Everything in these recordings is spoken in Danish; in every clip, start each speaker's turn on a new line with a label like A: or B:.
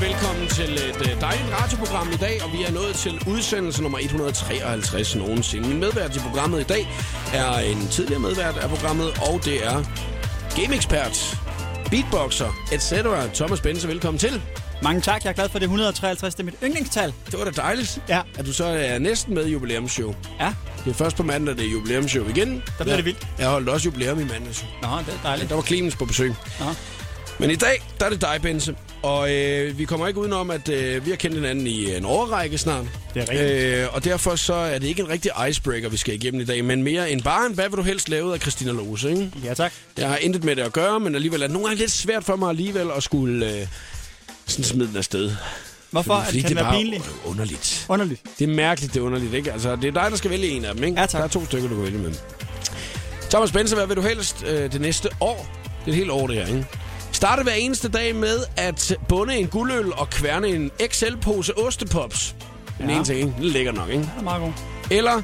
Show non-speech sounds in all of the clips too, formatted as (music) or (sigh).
A: velkommen til et øh, dejligt radioprogram i dag, og vi er nået til udsendelse nummer 153 nogensinde. Min medvært i programmet i dag er en tidligere medvært af programmet, og det er gameekspert, beatboxer, etc. Thomas Bense, velkommen til.
B: Mange tak, jeg er glad for det 153, det er mit yndlingstal.
A: Det var da dejligt,
B: Ja.
A: at du så er næsten med i jubilæumsshow.
B: Ja,
A: Det er først på mandag, det er jubilæumsshow igen.
B: Der bliver det vildt.
A: Jeg holdt også jubilæum i mandags.
B: nå, det er dejligt.
A: Der var Clemens på besøg.
B: Nå.
A: Men i dag, der er det dig, Bense. Og øh, vi kommer ikke udenom, at øh, vi har kendt hinanden i en årrække snart.
B: Det er rigtigt.
A: Øh, og derfor så er det ikke en rigtig icebreaker, vi skal igennem i dag, men mere en bare en, hvad vil du helst lave ud af Christina Lose, ikke?
B: Ja, tak.
A: Jeg har intet med det at gøre, men alligevel er det nogle gange lidt svært for mig alligevel at skulle øh, sådan smide den afsted.
B: Hvorfor? At
A: Fordi
B: det kan
A: det er
B: være
A: bare
B: pinligt?
A: underligt.
B: Underligt.
A: Det er mærkeligt, det er underligt, ikke? Altså, det er dig, der skal vælge en af dem, ikke?
B: Ja, tak.
A: Der er to stykker, du kan vælge med. Thomas Bense, hvad vil du helst øh, det næste år? Det er et helt år, det her, ikke? Starte hver eneste dag med at bunde en guldøl og kværne en XL-pose ostepops. Den
B: Ja.
A: ene ting, ikke? Den ligger nok, ikke?
B: Det er meget god.
A: Eller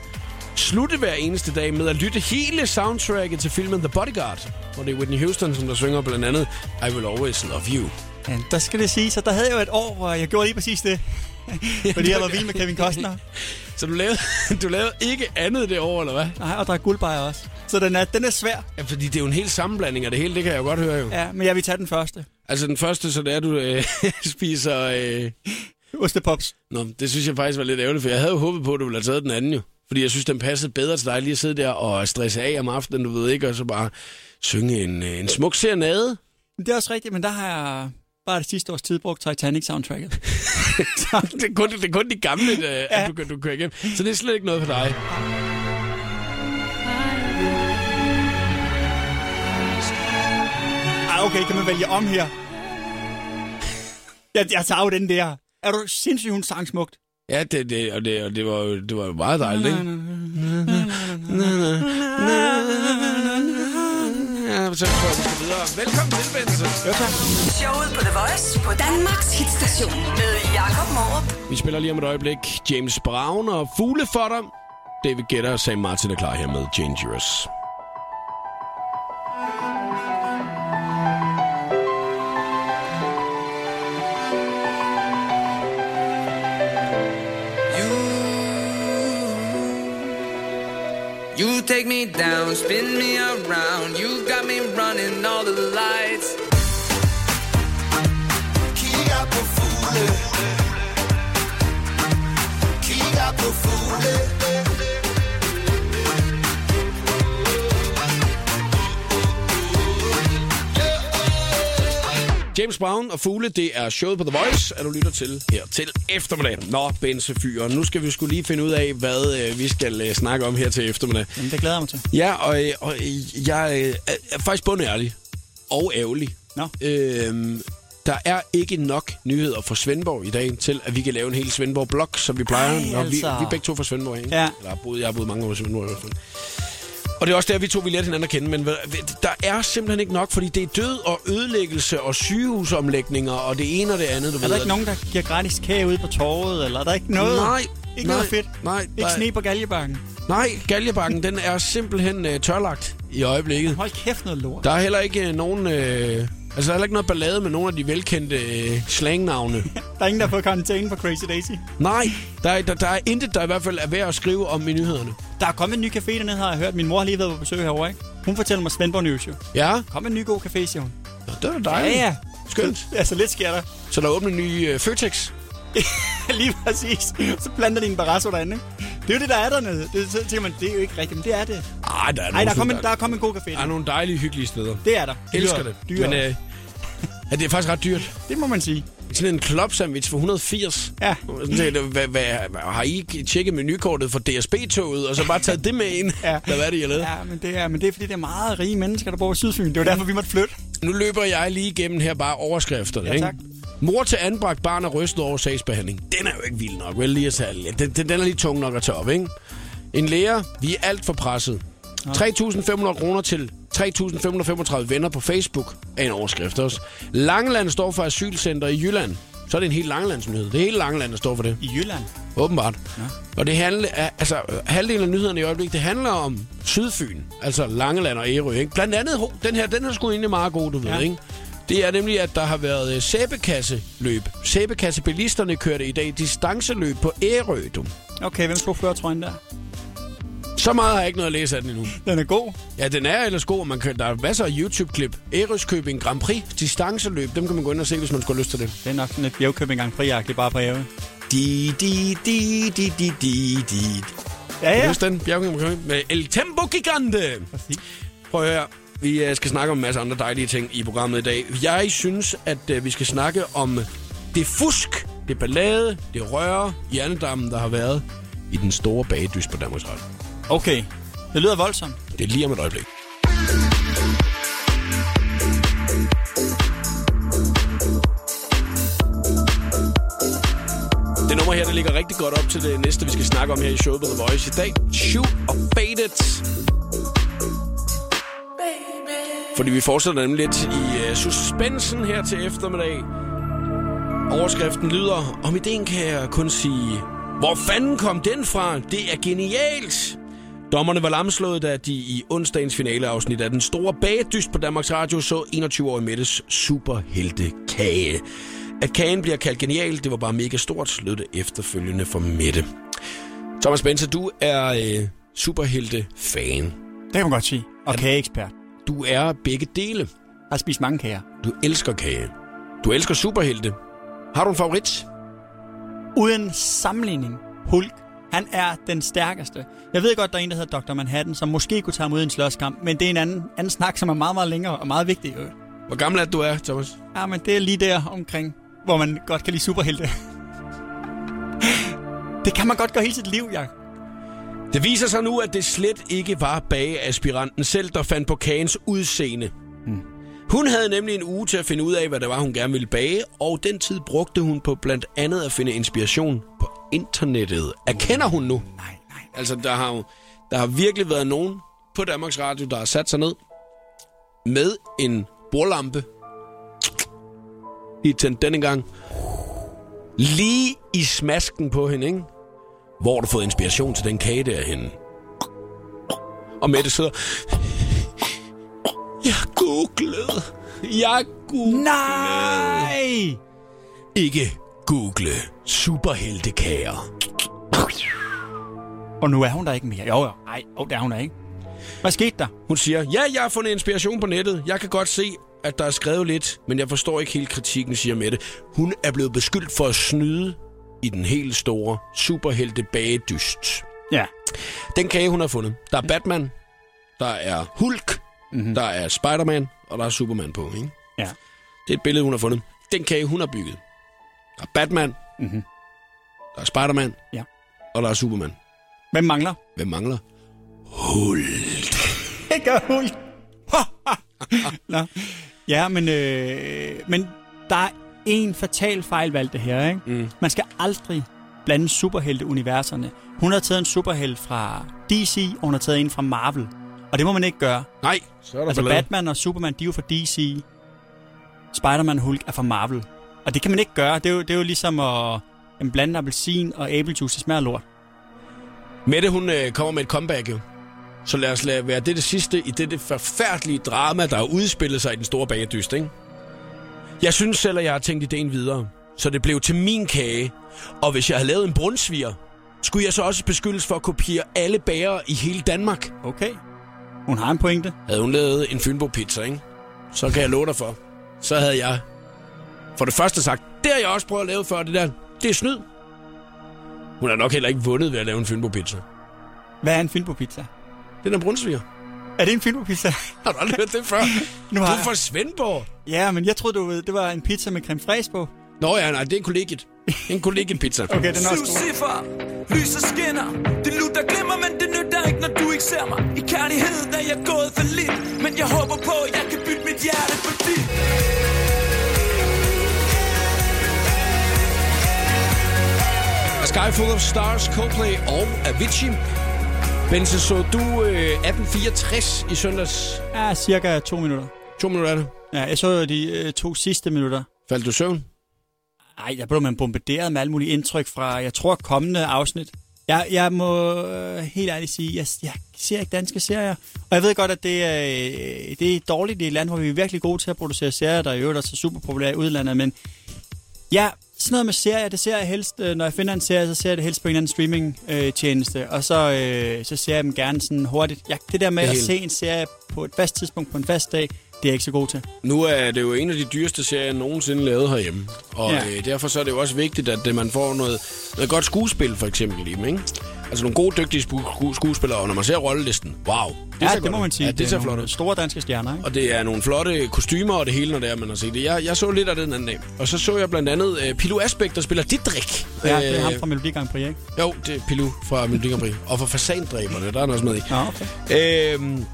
A: slutte hver eneste dag med at lytte hele soundtracket til filmen The Bodyguard, hvor det er Whitney Houston, som der synger blandt andet I Will Always Love You.
B: Ja, der skal det sige, så der havde jeg jo et år, hvor jeg gjorde lige præcis det. Fordi jeg var vild med Kevin Costner.
A: Så du lavede, (laughs) du lavede ikke andet det år, eller hvad?
B: Nej, og drak guldbejer også. Så den er, den er svær.
A: Ja, fordi det er jo en hel sammenblanding af det hele, det kan jeg jo godt høre jo.
B: Ja, men jeg vil tage den første.
A: Altså den første, så det er, du øh, (laughs) spiser... Øh...
B: Ostepops.
A: Nå, det synes jeg faktisk var lidt ærgerligt, for jeg havde jo håbet på, at du ville have taget den anden jo. Fordi jeg synes, den passede bedre til dig lige at sidde der og stresse af om aftenen, du ved ikke, og så bare synge en, øh, en smuk serenade.
B: Men det er også rigtigt, men der har jeg bare det sidste års tid brugt Titanic-soundtracket. Så-
A: Det er kun, det er kun de gamle, øh, ja. at du, kan- du kører igennem. Så det er slet ikke noget for dig.
B: Ej, okay, kan man vælge om her? Jeg, jeg tager jo den der. Er du sindssygt, hun sang smukt?
A: Ja, det, det, og, det, og det, var, jo- det var jo meget dejligt, ikke? Ja, så tror jeg, vi skal videre. Velkommen til, Benson. Jo, tak.
C: Showet på The Voice på Danmarks hitstation med Jakob Morup.
A: Vi spiller lige om et øjeblik James Brown og Fuglefotter. David Guetta og Sam Martin er klar her med Dangerous.
D: You, you take me down, spin me around. You got me running all the lights.
E: Kigger på fugle Kigger på fugle
A: James Brown og Fugle, det er showet på The Voice, at du lytter til her til eftermiddag. Nå, Bense Fyren, nu skal vi skulle lige finde ud af, hvad øh, vi skal øh, snakke om her til eftermiddag.
B: Jamen, det glæder jeg mig til.
A: Ja, og, øh, og øh, jeg øh, er- er faktisk bundærlig og ærgerlig.
B: Nå.
A: Øhm, der er ikke nok nyheder fra Svendborg i dag, til at vi kan lave en hel Svendborg-blok, som vi plejer.
B: Ej,
A: Nå, vi, vi
B: altså.
A: er begge to fra Svendborg, ikke?
B: Ja.
A: Eller har boet, jeg har boet mange år i Svendborg i hvert fald. Og det er også der, vi to vi lærte hinanden at kende, men hvad- hvad- der er simpelthen ikke nok, fordi det er død og ødelæggelse og sygehusomlægninger og det ene og det andet, du
B: Er
A: ved.
B: der ikke nogen, der giver gratis kage ude på torvet, eller er der ikke noget?
A: Nej,
B: Ikke
A: nej,
B: noget fedt?
A: nej,
B: Ikke
A: nej.
B: sne på galjebakken?
A: Nej, Galjebakken, den er simpelthen øh, tørlagt i øjeblikket.
B: Hold kæft noget lort.
A: Der er heller ikke øh, nogen... Øh, altså, der er heller ikke noget ballade med nogen af de velkendte øh, slangnavne.
B: Der er ingen, der har fået karantæne på Crazy Daisy.
A: Nej, der er, der, der er intet, der i hvert fald er værd at skrive om i nyhederne.
B: Der er kommet en ny café dernede, har jeg hørt. Min mor har lige været på besøg herovre, ikke? Hun fortæller mig Svendborg News, jo.
A: Ja,
B: Kom en ny god café, siger hun.
A: Nå, det er da dejligt. Skønt.
B: Altså, lidt sker der. (laughs)
A: Så der åbner en ny øh, Føtex.
B: lige præcis. Så planter de en barrasso derinde, ikke? Det er jo det, der er dernede. Det, så tænker man, det er jo ikke rigtigt, men det er det.
A: Ej, der er,
B: Ej,
A: nogle,
B: der er kommet,
A: fede-
B: en- der er kommet en god café.
A: der er nogle dejlige, hyggelige steder.
B: Det er der.
A: Jeg elsker det.
B: Dyre.
A: Men øh, (laughs) ja, det er faktisk ret dyrt.
B: Det må man sige.
A: Sådan en club sandwich for 180.
B: Ja.
A: Sådan set, øh, Hvad, hvad, hvad, har I ikke tjekket menukortet for DSB-toget, og så bare taget det med ind?
B: Ja.
A: Eller hvad er det, jeg lavede?
B: Ja, men det er, men det er fordi, det er meget rige mennesker, der bor i Sydfyn. Det var derfor, vi måtte flytte.
A: Nu løber jeg lige igennem her bare overskrifterne.
B: Ja,
A: ikke?
B: tak.
A: Mor til anbragt barn er rystet over sagsbehandling. Den er jo ikke vild nok, vel? Lige at tage, den, den, den er lige tung nok at tage op, ikke? En lærer, vi er alt for presset. 3.500 kroner til 3.535 venner på Facebook er en overskrift også. Langeland står for asylcenter i Jylland. Så er det en helt Langelandsnyhed. Det er hele Langeland, der står for det.
B: I Jylland.
A: Åbenbart. Ja. Og det handler, altså, øh, halvdelen af nyhederne i øjeblikket, det handler om Sydfyn. Altså Langeland og Ærø, ikke? Blandt andet, ho- den her, den er sgu egentlig meget god, du ved,
B: Ja.
A: ikke? Det er nemlig, at der har været øh, sæbekasseløb. Sæbekassebilisterne kørte i dag distanceløb på Ærø, du.
B: Okay, hvem tog førertrøjen der?
A: Så meget har jeg ikke noget at læse af den endnu.
B: Den er god.
A: Ja, den er ellers god, og man kan, der er masser af YouTube-klip. Ærøskøbing Grand Prix, distanceløb, dem kan man gå ind og se, hvis man skulle have lyst til det.
B: Det er nok sådan lidt bjergkøbing gang friagtigt bare på ærge.
A: Di, di, di, di, di, di, di.
B: Ja,
A: Ja.
B: ja.
A: Husk den, Bjergkøbing Grand Prix med El Tempo Gigante.
B: Præcis.
A: Prøv at høre, her. vi øh, skal snakke om en masse andre dejlige ting i programmet i dag. Jeg synes, at øh, vi skal snakke om det fusk, det ballade, det røre, hjernedammen, der har været i den store bagedyst på Danmarks Radio.
B: Okay, det lyder voldsomt.
A: Det er lige om et øjeblik. Det nummer her, det ligger rigtig godt op til det næste, vi skal snakke om her i showet på The Voice i dag. Shoot og Faded. Fordi vi fortsætter nemlig lidt i uh, suspensen her til eftermiddag. Overskriften lyder, om ideen kan jeg kun sige, hvor fanden kom den fra? Det er genialt! Dommerne var lamslået, da de i onsdagens finaleafsnit af den store bagedyst på Danmarks Radio så 21-årige Mettes superhelte kage. At kagen bliver kaldt genial, det var bare mega stort, lød det efterfølgende for Mette. Thomas Bense, du er øh, superhelte-fan.
B: Det kan man godt sige. Og kageekspert.
A: Du er begge dele.
B: Har spist mange kager.
A: Du elsker kage. Du elsker superhelte. Har du en favorit?
B: Uden sammenligning. Hulk. Han er den stærkeste. Jeg ved godt, der er en, der hedder Dr. Manhattan, som måske kunne tage ham ud i en slåskamp, men det er en anden, anden snak, som er meget, meget længere og meget vigtig. Øh.
A: Hvor gammel er det, du er, Thomas?
B: Ja, men det er lige der omkring, hvor man godt kan lide superhelte. (laughs) det kan man godt gøre hele sit liv, Jacob.
A: Det viser sig nu, at det slet ikke var bageaspiranten selv, der fandt på kagens udseende. Hun havde nemlig en uge til at finde ud af, hvad det var, hun gerne ville bage, og den tid brugte hun på blandt andet at finde inspiration på internettet. Erkender hun nu?
B: Nej, nej.
A: Altså, der har, jo, der har virkelig været nogen på Danmarks Radio, der har sat sig ned med en bordlampe i tændt denne gang. Lige i smasken på hende, ikke? Hvor har du fået inspiration til den kage der henne? Og Mette sidder... Jeg googlede. Jeg googlede.
B: Nej!
A: Ikke google superheltekager.
B: Og nu er hun der ikke mere. Jo, jo. Ej, oh, der er hun der ikke. Hvad skete der?
A: Hun siger, ja, jeg har fundet inspiration på nettet. Jeg kan godt se, at der er skrevet lidt, men jeg forstår ikke helt kritikken, siger Mette. Hun er blevet beskyldt for at snyde i den helt store superhelte bagedyst.
B: Ja.
A: Den kage, hun har fundet. Der er Batman, der er Hulk, mm-hmm. der er Spider-Man, og der er Superman på. Ikke?
B: Ja.
A: Det er et billede, hun har fundet. Den kage, hun har bygget. Der er Batman, mm-hmm. der er Spider-Man,
B: Ja.
A: og der er Superman.
B: Hvem mangler?
A: Hvem mangler? Hulk.
B: Ikke hul. (laughs) Nå. Ja, men, øh, men der er en fatal fejlvalg det her, ikke? Mm. Man skal aldrig blande superhelte-universerne. Hun har taget en superhelt fra DC, og hun har taget en fra Marvel. Og det må man ikke gøre.
A: Nej, så er der
B: Altså
A: ballade.
B: Batman og Superman, de er jo fra DC. Spider-Man og Hulk er fra Marvel. Og det kan man ikke gøre. Det er jo, det er jo ligesom at jamen, blande appelsin og æblejuice. Det smager af lort.
A: Mette, hun øh, kommer med et comeback, jo. Så lad os lade være det, det sidste i dette forfærdelige drama, der har udspillet sig i den store bagedyst, ikke? Jeg synes selv, at jeg har tænkt ideen videre, så det blev til min kage. Og hvis jeg havde lavet en brunsviger, skulle jeg så også beskyldes for at kopiere alle bagere i hele Danmark?
B: Okay. Hun har en pointe.
A: Havde hun lavet en Fynbo-pizza, ikke? Så kan jeg love dig for. Så havde jeg for det første sagt, det har jeg også prøvet at lave før, det der. Det er snyd. Hun har nok heller ikke vundet ved at lave en Fynbo-pizza.
B: Hvad er en film på pizza?
A: Den er brunsviger.
B: Er det en film på pizza? (laughs)
A: Har du aldrig hørt det før?
B: Nu
A: du
B: har
A: er
B: jeg.
A: fra Svendborg.
B: ja, men jeg troede, du ved, det var en pizza med creme fraise på.
A: Nå ja, nej, det er kollegiet. En kollegiepizza.
B: Okay, den er
F: Syv
B: også god.
F: cifre, lyset skinner Det lutter glimmer, men det nytter ikke, når du ikke ser mig I kærlighed er jeg gået for lidt Men jeg håber på, at jeg kan bytte mit hjerte for dit
A: A Sky Full of Stars, Coldplay og Avicii. Benze, så du øh, 1864 i søndags.
B: Ja, cirka to minutter.
A: To minutter af det.
B: Ja, jeg så jo de øh, to sidste minutter.
A: Faldt du i søvn?
B: Ej, der blev man bombarderet med alle mulige indtryk fra, jeg tror, kommende afsnit. Jeg, jeg må øh, helt ærligt sige, jeg, jeg ser ikke danske serier. Og jeg ved godt, at det er, øh, det er dårligt i et land, hvor vi er virkelig gode til at producere serier, der i øvrigt også er super populære i udlandet. Men ja, sådan noget med serier, det ser jeg helst, øh, når jeg finder en serie, så ser jeg det helst på en eller anden streamingtjeneste. Øh, tjeneste, og så, øh, så ser jeg dem gerne sådan hurtigt. Jeg, det der med
A: Det
B: at
A: hele.
B: se en serie på et fast tidspunkt på en fast dag, det er jeg ikke så god til.
A: Nu er det jo en af de dyreste serier, jeg nogensinde lavet herhjemme. Og ja.
B: Ja.
A: øh, derfor så er det jo også vigtigt, at øh, man får noget, noget godt skuespil, for eksempel, i dem, ikke? Altså nogle gode, dygtige sku- sku- skuespillere, og når man ser rollelisten, wow. Det
B: Ja,
A: ser
B: det,
A: godt
B: må
A: ud.
B: man sige.
A: Ja, det ser flot
B: nogle
A: ud.
B: Store danske stjerner, ikke?
A: Og det er nogle flotte kostymer og det hele, når det er, man har set det. Jeg, jeg så lidt af det den anden dag. Og så så jeg blandt andet øh, Pilu Asbæk, der spiller Didrik.
B: Ja, det er
A: Øh,
B: ham fra Melodi Grand Prix, ikke?
A: Jo, det er Pilu fra Melodi Grand Prix. Og fra Fasandræberne, der er han også med i.
B: Nå, okay.
A: Øhm,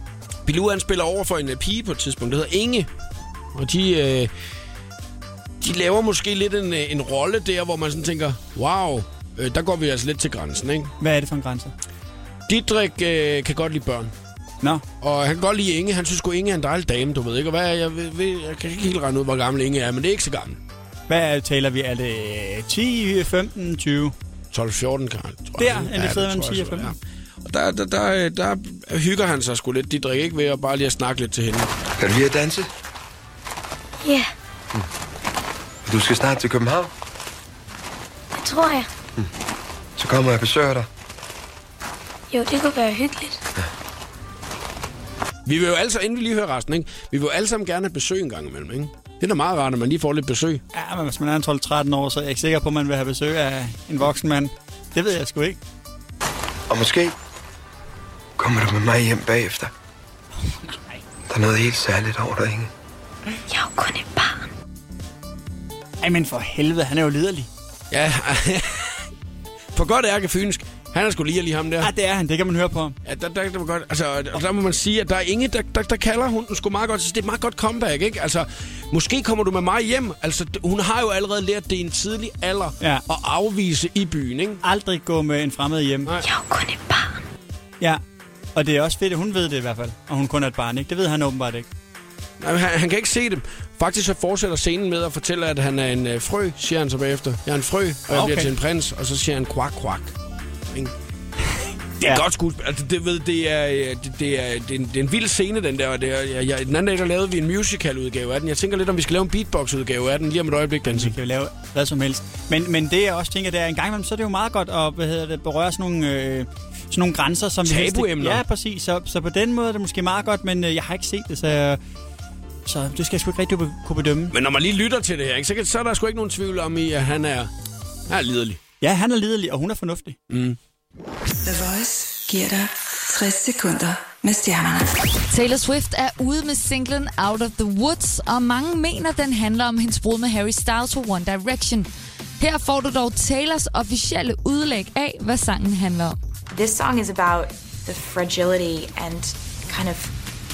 A: Bilou han spiller over for en øh, pige på et tidspunkt, der hedder Inge. Og de, øh, de laver måske lidt en, øh, en rolle der, hvor man sådan tænker, wow, øh, der går vi altså lidt til grænsen, ikke?
B: Hvad er det for en grænse?
A: Didrik øh, kan godt lide børn.
B: Nå,
A: Og han kan godt lide Inge. Han synes sgu, Inge er en dejlig dame, du ved ikke. Og hvad er, jeg, ved, ved, jeg kan ikke helt regne ud, hvor gammel Inge er, men det er ikke så gammel.
B: hvad er, taler vi? Er det øh, 10, 15, 20?
A: 12-14, Karl.
B: Der er det stedet mellem 10 og 15.
A: Og der, der, der, øh, der hygger han sig sgu lidt, Didrik, ikke ved at bare lige at snakke lidt til hende.
G: Kan du lide at danse?
H: Ja,
G: Du skal snart til København.
H: det tror jeg.
G: Så kommer jeg og besøger dig.
H: Jo, det kunne være hyggeligt.
A: Vi vil jo alle sammen, inden vi lige hører resten, ikke? vi vil jo alle sammen gerne have besøg en gang imellem. Ikke? Det er da meget rart, at man lige får lidt besøg.
B: Ja, men hvis man er en 12-13 år, så er jeg ikke sikker på, at man vil have besøg af en voksen mand. Det ved jeg sgu ikke.
G: Og måske kommer du med mig hjem bagefter. Der er noget helt særligt over dig, Inge.
H: Jeg er jo kun et barn.
B: Ej, men for helvede, han er jo liderlig.
A: Ja, (laughs) på godt ærke fynsk. Han er sgu lige lige ham der.
B: Ja, det er han. Det kan man høre på ham.
A: Ja, der, der, der, var godt, altså, der, der må man sige, at der er ingen, der, der, der kalder hun den sgu meget godt. Så det er et meget godt comeback, ikke? Altså, måske kommer du med mig hjem. Altså, d- hun har jo allerede lært det i en tidlig alder
B: Ja.
A: at afvise i byen, ikke?
B: Aldrig gå med en fremmed hjem.
A: Nej.
H: Jeg er jo kun et barn.
B: Ja, og det er også fedt, at hun ved det i hvert fald. Og hun kun er et barn, ikke? Det ved han åbenbart ikke.
A: Nej, men Han, han kan ikke se dem. Faktisk så fortsætter scenen med at fortælle, at han er en øh, frø, siger han så bagefter. Jeg er en frø, og jeg okay.
B: Okay.
A: bliver til en prins, og så siger han kvak, kvak. Ikke? Det er
B: Ja.
A: ja. godt skuespil. Altså, det, ved, det, er, øh, det, det, er, det, er en, det er en vild scene, den der. og Det er, jeg, jeg, den anden dag, der lavede vi en musical-udgave af den. Jeg tænker lidt, om vi skal lave en beatbox-udgave af den lige om et øjeblik,
B: Vi
A: Dansen.
B: kan jo lave hvad som helst. Men, men det jeg også tænker, det er en gang imellem, så er det jo meget godt at hvad hedder det, berøre sådan nogle, øh, sådan nogle grænser. Som vi helst ikke-
A: Tabuemner.
B: Ja, præcis. Så, så på den måde er det måske meget godt, men øh, jeg har ikke set det, så, øh, så det skal jeg sgu ikke rigtig be- kunne bedømme.
A: Men når man lige lytter til det her, ikke, så, kan, så er der sgu ikke nogen tvivl om, i, at han er, han er liderlig.
B: Ja, han er liderlig, og hun er fornuftig.
C: The Voice giver dig 60 sekunder med stjernerne.
I: Taylor Swift er ude med singlen Out of the Woods, og mange mener, den handler om hendes brud med Harry Styles fra One Direction. Her får du dog Taylors officielle udlæg af, hvad sangen handler om.
J: This song is about the fragility and kind of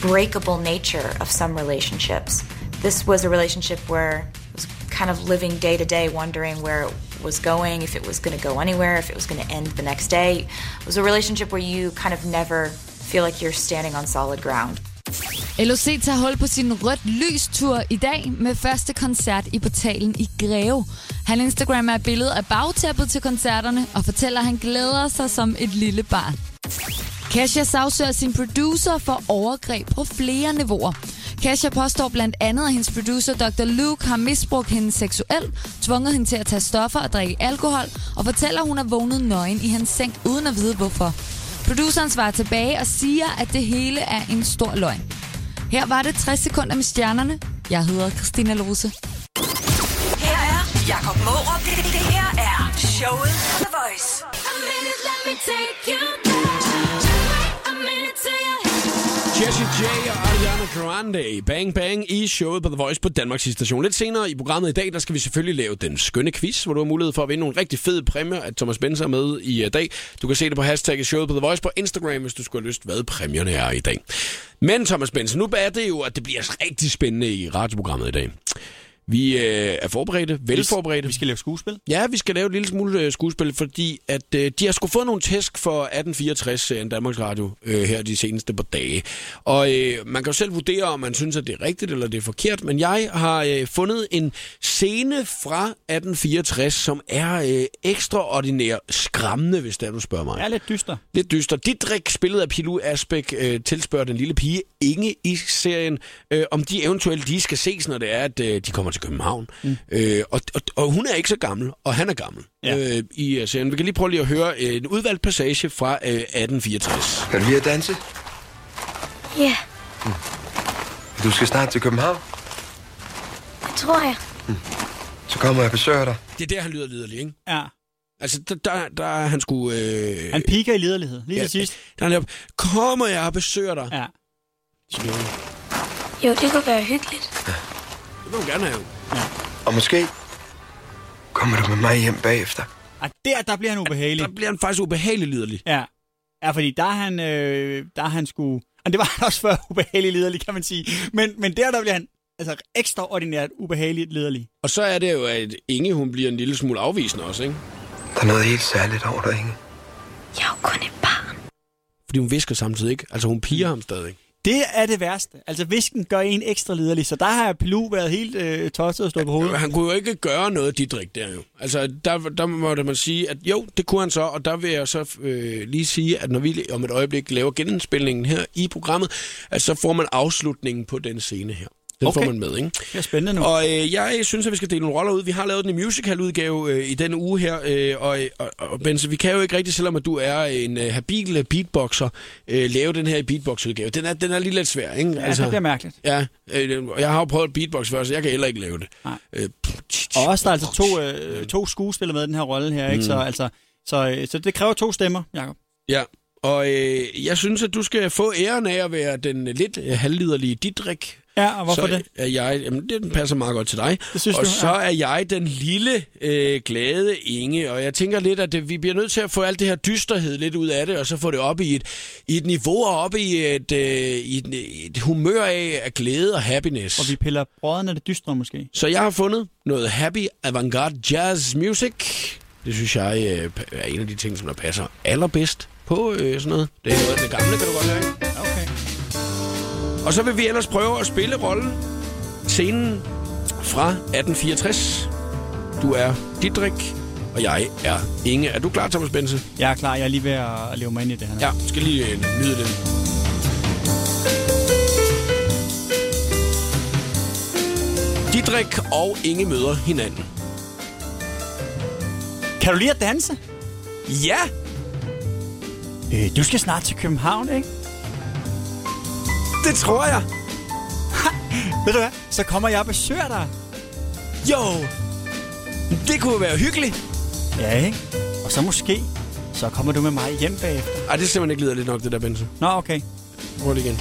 J: breakable nature of some relationships. This was a relationship where I was kind of living day to day, wondering where it was going, if it was going to go anywhere, if it was going to end the next day. It was a relationship where you kind of never feel like you're standing on solid ground.
I: LOC tager hul på sin rødt lystur i dag med første koncert i portalen i Greve. Han Instagram er et billede af bagtæppet til koncerterne og fortæller, at han glæder sig som et lille barn. Kasia sagsøger sin producer for overgreb på flere niveauer. Kasia påstår blandt andet, at hendes producer Dr. Luke har misbrugt hende seksuelt, tvunget hende til at tage stoffer og drikke alkohol, og fortæller, at hun har vågnet nøgen i hans seng uden at vide hvorfor. Produceren svarer tilbage og siger, at det hele er en stor løgn. Her var det 60 sekunder med stjernerne. Jeg hedder Christina Lose.
C: Her er Jakob Morup. Det, det, det her er showet på The Voice.
A: Jesse J og Ariana Grande. Bang Bang i showet på The Voice på Danmarks station. Lidt senere i programmet i dag, der skal vi selvfølgelig lave den skønne quiz, hvor du har mulighed for at vinde nogle rigtig fede præmier, at Thomas Benz er med i øh, dag. Du kan se det på hashtagget showet på The Voice på Instagram, hvis du skulle have lyst, hvad præmierne er i dag. Men Thomas Benz, nu er det jo, at det bliver rigtig spændende i radioprogrammet i dag. Vi øh, er forberedte, velforberedte.
B: Vi skal lave skuespil.
A: Ja, vi skal lave et lille smule øh, skuespil, fordi at øh, de har sgu fået nogle tæsk for 1864-serien Danmarks Radio øh, her de seneste par dage. Og øh, man kan jo selv vurdere, om man synes, at det er rigtigt eller det er forkert, men jeg har øh, fundet en scene fra 1864, som er øh, ekstraordinær skræmmende, hvis det er, du spørger mig.
B: Jeg er lidt dyster.
A: Lidt dyster. Didrik, spillet af Pilu Asbæk, øh, tilspørger den lille pige Inge i serien, øh, om de eventuelt lige skal ses, når det er, at øh, de kommer til København. Mm. Øh, og, og, og hun er ikke så gammel, og han er gammel ja.
G: Ja.
A: øh, i øh, serien. Vi kan lige prøve lige at høre øh, en udvalgt passage fra øh, 1864.
G: Kan du lide at danse?
H: Ja,
G: Du skal snart til København,
H: det tror jeg.
G: så kommer jeg og besøger dig.
A: Det er der, han lyder liderlig, ikke?
B: Ja.
A: Altså, der, der, der er han sgu... Øh,
B: Han piker i lederlighed, lige til sidst.
A: Der er han op, kommer jeg og besøger dig.
B: Ja.
A: Så det, vil-
H: Jo, det kunne være hyggeligt.
A: det vil hun gerne have.
G: Og måske kommer du med mig hjem bagefter.
B: Og der, der bliver han ubehagelig. Der
A: bliver han faktisk ubehagelig liderlig.
B: Ja. Ja, fordi der er han, øh, der er han sgu... Og det var han også før ubehagelig liderlig, kan man sige. Men, men der, der bliver han altså ekstraordinært ubehageligt liderlig.
A: Og så er det jo, at Inge, hun bliver en lille smule afvisende også, ikke?
G: Der er noget helt særligt over dig, Inge.
H: Jeg er jo kun et barn.
A: Fordi hun visker samtidig, ikke? Altså, hun piger ham stadig.
B: Det er det værste. Altså, visken gør en ekstra liderlig, så der har Pilu været helt øh, tosset og stå på hovedet.
A: Han kunne jo ikke gøre noget, Didrik, der jo. Altså, der, der måtte man sige, at jo, det kunne han så, og der vil jeg så øh, lige sige, at når vi om et øjeblik laver genindspilningen her i programmet, at så får man afslutningen på den scene her. Den okay. får
B: Okay. Mm.
A: man med, ikke?
B: Det er spændende nu.
A: Og øh, jeg synes, at vi skal dele nogle roller ud. Vi har lavet den i musical-udgave øh, i denne uge her, øh, og, og, og Benz, vi kan jo ikke rigtig, selvom at du er en øh, habil beatboxer, øh, lave den her i beatbox-udgave. Den er, den er lige lidt svær, ikke?
B: Ja, altså, det bliver mærkeligt.
A: Ja, øh, og jeg har jo prøvet beatbox før, så jeg kan heller ikke lave det. Øh,
B: Og også der er altså to, øh, to skuespillere med i den her rolle her, ikke?
A: Mm.
B: Så, altså, så, øh, så det kræver to stemmer, Jacob.
A: ja, og øh, jeg synes, at du skal få æren af at være den øh, lidt øh, halvliderlige Didrik.
B: Ja, og hvorfor
A: så
B: det?
A: Er jeg, jamen, det den passer meget godt til dig.
B: Det synes
A: og
B: du,
A: så
B: ja.
A: er jeg den lille, øh, glade Inge, og jeg tænker lidt, at det, vi bliver nødt til at få alt det her dysterhed lidt ud af det, og så få det op i et, i et niveau og op i et, øh, i et, et humør af, af glæde og happiness.
B: Og vi piller brødrene af det dystre måske.
A: Så jeg har fundet noget happy avantgarde jazz music. Det synes jeg øh, pa- er en af de ting, som der passer allerbedst på øh, sådan noget. Det er noget af det gamle, kan du godt høre, ikke? Okay. Og så vil vi ellers prøve at spille rollen, scenen fra 1864. Du er Didrik, og jeg er Inge. Er du klar, Thomas Bense?
B: Jeg er klar, jeg er lige ved at leve mig ind i det her.
A: Ja, skal lige øh, nyde det. Didrik og Inge møder hinanden.
B: Kan du lide at danse?
A: Ja!
B: Øh, du skal snart til København, ikke?
A: Det tror jeg.
B: Ved du hvad? Så kommer jeg og besøger dig.
A: Jo, det kunne være hyggeligt.
B: Ja, ikke? Og så måske, så kommer du med mig hjem bagefter.
A: Ej, det er simpelthen ikke liderligt nok, det der, Bense.
B: Nå, okay.
A: Prøv det igen.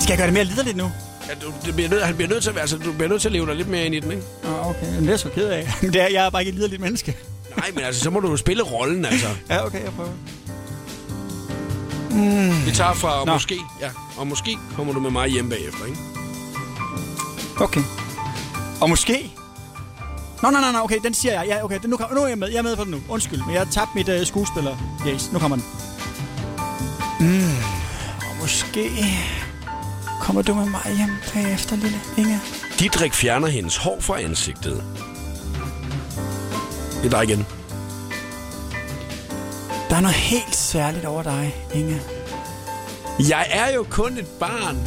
B: Skal jeg gøre det mere liderligt nu?
A: Ja, du, det bliver nød, han bliver nødt til at være, altså, du bliver nødt til at leve dig lidt mere ind i den, ikke?
B: Nå, okay. Jamen, det er jeg så ked af. (laughs) Men det er, jeg er bare ikke et liderligt menneske.
A: Nej, men altså, så må du jo spille rollen, altså.
B: Ja, okay, jeg prøver.
A: Vi tager fra og
B: Nå.
A: måske, ja, og måske kommer du med mig hjem bagefter, ikke?
B: Okay. Og måske... Nå, nej, nej, nej, okay, den siger jeg. Ja, okay, den, nu, kom, nu er jeg med. Jeg er med på den nu. Undskyld, men jeg har tabt mit øh, skuespiller. Yes, nu kommer den. Mm, og måske... Kommer du med mig hjem bagefter, lille Inge?
A: Didrik fjerner hendes hår fra ansigtet. Det er dig igen.
B: Der er noget helt særligt over dig, Inge.
A: Jeg er jo kun et barn.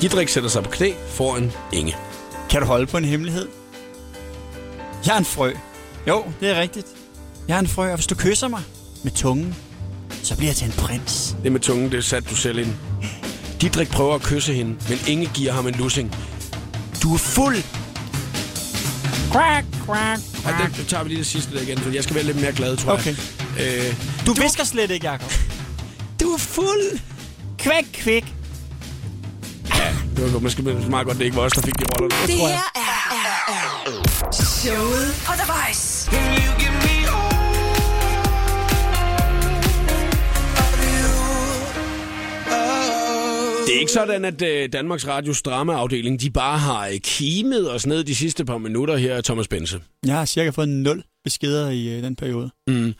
A: Didrik sætter sig på knæ foran Inge.
B: Kan du holde på en hemmelighed? Jeg er en frø. Jo, det er rigtigt. Jeg er en frø, og hvis du kysser mig med tungen, så bliver jeg til en prins.
A: Det med tungen, det satte du selv ind. Didrik prøver at kysse hende, men Inge giver ham en lussing. Du er fuld!
B: Quack, quack,
A: Ej, det tager vi lige det sidste der igen, for jeg skal være lidt mere glad, tror
B: Okay.
A: jeg. Øh,
B: Du, du visker slet ikke, (laughs) Jacob.
A: du er fuld!
B: Kvæk, kvæk.
A: Det var godt, måske meget godt, det ikke var os, der fik de roller. der.
C: Det her er, er, er showet på The Voice.
A: Det Det er ikke sådan, at øh, Danmarks Radios dramaafdeling, de bare har øh, kimet os ned de sidste par minutter her, Thomas Bense.
B: Jeg har cirka fået 0 beskeder i øh, den periode.
A: Mm.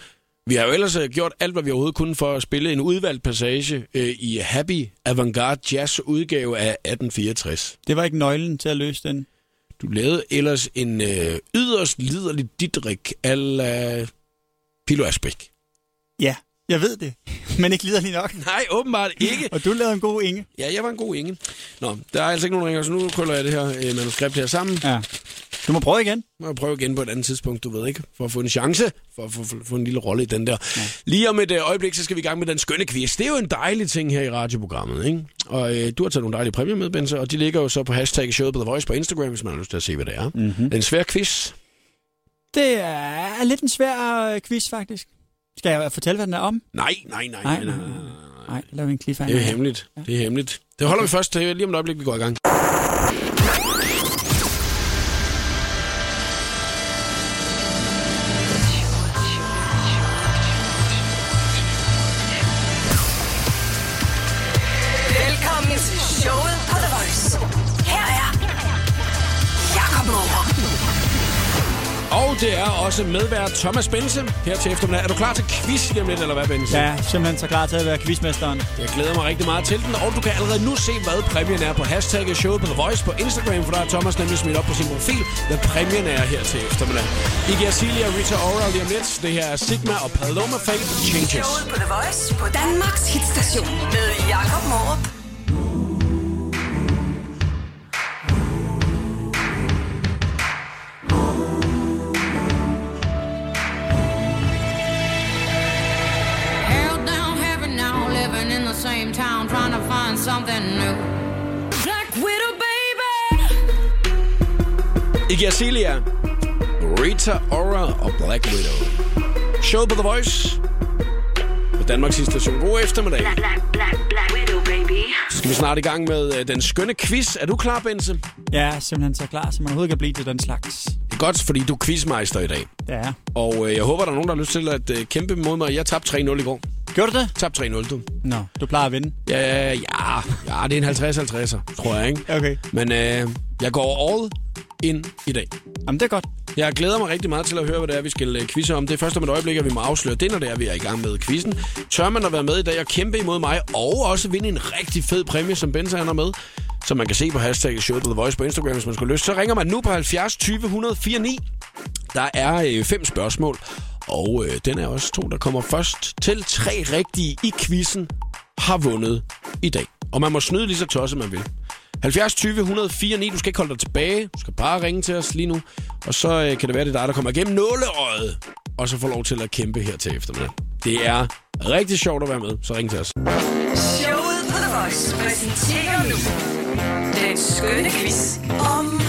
A: Vi har jo ellers øh, gjort alt, hvad vi overhovedet kunne for at spille en udvalgt passage øh, i Happy Avantgarde Jazz udgave af 1864.
B: Det var ikke nøglen til at løse den.
A: Du lavede ellers en øh, yderst liderlig Didrik ala Pilo Asbæk.
B: Ja, jeg ved det, men ikke liderlig (laughs) nok.
A: Nej, åbenbart ikke.
B: Og du lavede en god Inge.
A: Ja, jeg var en god Inge. Nå, der er altså ikke nogen der ringer, så nu krøller jeg det her øh, manuskript her sammen.
B: Ja. Du må prøve igen.
A: Må jeg prøve igen på et andet tidspunkt, du ved ikke, for at få en chance, for at få, for, få en lille rolle i den der. Ja. Lige om et øh, øjeblik, så skal vi i gang med den skønne quiz. Det er jo en dejlig ting her i radioprogrammet, ikke? Og øh, du har taget nogle dejlige præmier med, Bense, og de ligger jo så på hashtag showet på The Voice på Instagram, hvis man har lyst til at se, hvad det er. Mm-hmm. En svær quiz.
B: Det er lidt en svær øh, quiz, faktisk. Skal jeg fortælle, hvad den er om?
A: Nej, nej, nej, nej, nej. nej.
B: Nej, der laver vi en cliffhanger.
A: Det er hemmeligt. Det er hemmeligt. Det holder vi først til lige om et øjeblik, vi går i gang.
C: Velkommen til showet på The Voice. Her er Jakob Morup.
A: Og det er også medvært Thomas Bense her til eftermiddag. Er du klar til quiz lige om lidt, eller hvad, Bense?
B: Ja, simpelthen så klar til at være quizmesteren.
A: Jeg glæder mig rigtig meget til den, og du kan allerede nu se, hvad præmien er på hashtagget showet på The Voice på Instagram, for der har Thomas nemlig smidt op på sin profil, hvad præmien er her til eftermiddag. Iggy Azalea, Rita Ora lige om lidt. Det her er Sigma og Paloma Fate Changes.
C: Showet på The Voice på Danmarks hitstation med Jakob Morup.
K: Held down heaven now, living in the same town, trying to find something new. Black Widow, baby!
A: Iggy Azalea, Rita Ora og Black Widow. Showet på The Voice på Danmarks station. God eftermiddag.
C: Black, black, black widow, baby.
A: Så skal vi snart i gang med øh, den skønne quiz. Er du klar, Bense? Det
B: Ja, simpelthen så klar, så man overhovedet kan blive til den slags.
A: er godt, fordi du er quizmeister i dag.
B: Det er.
A: Og øh, jeg håber, der er nogen, der har lyst til at øh, kæmpe mod mig. Jeg tabte 3-0 i går.
B: Gjorde du det?
A: Tabte 3-0, du.
B: Nå, du plejer at vinde.
A: Ja, ja, ja, det er en 50-50'er, tror jeg, ikke?
B: Okay.
A: Men øh, jeg går all in i dag.
B: Jamen, det er godt.
A: Jeg glæder mig rigtig meget til at høre, hvad det er, vi skal øh, quizze om. Det er først om et øjeblik, at vi må afsløre det, når det er, vi er i gang med quizzen. Tør man at være med i dag og kæmpe imod mig, og også vinde en rigtig fed præmie, som Benza han er med, som man kan se på hashtagget Show The Voice på Instagram, hvis man skulle lyst, så ringer man nu på 70 20 104 9. Der er øh, fem spørgsmål, og øh, den er også to, der kommer først til tre rigtige i quizzen, har vundet i dag. Og man må snyde lige så tosset, man vil. 70 20 104 9. Du skal ikke holde dig tilbage. Du skal bare ringe til os lige nu. Og så øh, kan det være, det er dig, der kommer igennem nåleøjet. Og så får lov til at kæmpe her til eftermiddag. Det er rigtig sjovt at være med, så ring til os.
C: Showet på The Voice præsenterer nu den skønne quiz om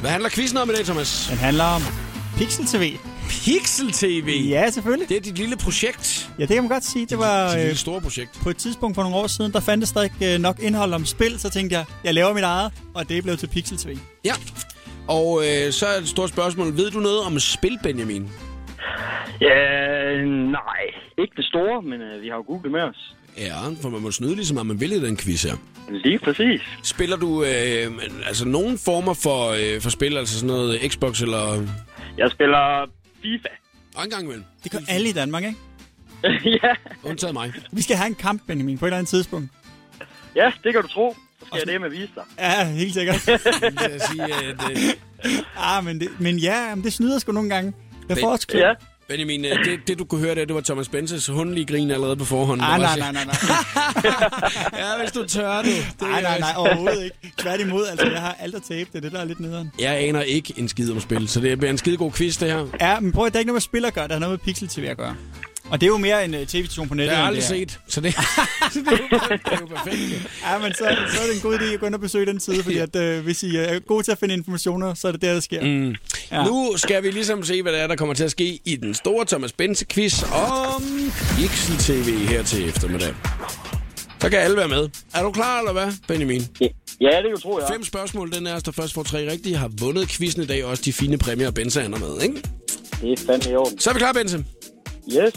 A: Hvad handler quizzen om i dag, Thomas?
B: Den handler om Pixel TV.
A: Pixel TV.
B: Ja, selvfølgelig.
A: Det er dit lille projekt.
B: Ja, det kan man godt sige. Det var
A: Dit
B: øh,
A: lille store projekt.
B: på et tidspunkt for nogle år siden, der fandtes der ikke øh, nok indhold om spil, så tænkte jeg, jeg laver mit eget, og det blev til Pixel TV.
A: Ja. Og øh, så er et stort spørgsmål. Ved du noget om spil, Benjamin?
L: Ja, nej. Ikke det store, men øh, vi har jo Google med os.
A: Ja, for man må snyde lige så meget, man vil i den quiz her.
L: Lige præcis.
A: Spiller du øh, altså nogen former for, øh, for spil, altså sådan noget Xbox eller...
L: Jeg spiller FIFA. (laughs)
A: Og en gang imellem.
B: Det gør alle i Danmark, ikke?
L: ja.
A: Undtaget mig.
B: Vi skal have en kamp, Benjamin, på et eller andet tidspunkt.
L: ja, det kan du tro. Så skal jeg det med vise dig.
B: Ja, helt sikkert.
A: Så jeg sige, at, øh,
B: ah, men, det, men ja, men det snyder sgu nogle gange. Jeg får
A: Ben-
B: også klub.
L: Ja.
A: Benjamin, øh, det, det du kunne høre der, det var Thomas Benses hundlige grin allerede på forhånd.
B: Ah,
A: Det var
B: nej,
A: også-
B: nej, nej,
A: (laughs)
B: nej.
A: Ja, hvis du tør det. det
B: (laughs) Nej, nej, nej, overhovedet ikke. Tværtimod, altså, jeg har alt at tabe. Det er det, der er lidt nederen.
A: Jeg aner ikke en skid om spil, så det bliver en skide god quiz, det her. Det
B: Ja, men prøv at det er ikke noget med spil at gøre. Det har noget med Pixel TV at gøre. Og det er jo mere en øh, tv-station på nettet.
A: har jeg
B: end
A: aldrig
B: det er.
A: set, så det, (laughs) så det, er jo- det er jo perfekt. jo.
B: Ja, men så, så er det en god idé at gå ind og besøge den side,
A: (laughs)
B: fordi at, øh, hvis I øh, er gode til at finde informationer, så er det der, der sker. Mm. Ja.
A: Nu skal vi ligesom se, hvad der er, der kommer til at ske i den store Thomas Bense-quiz om Pixel TV her til eftermiddag. Så kan alle være med. Er du klar, eller hvad, Benjamin?
L: Ja, ja det kan du tro, jeg.
A: Fem spørgsmål. Den er, der først får tre rigtige, har vundet quizzen i dag. Også de fine præmier, Bense han er med, ikke?
L: Det er fandme i orden.
A: Så er vi klar, Bense.
L: Yes.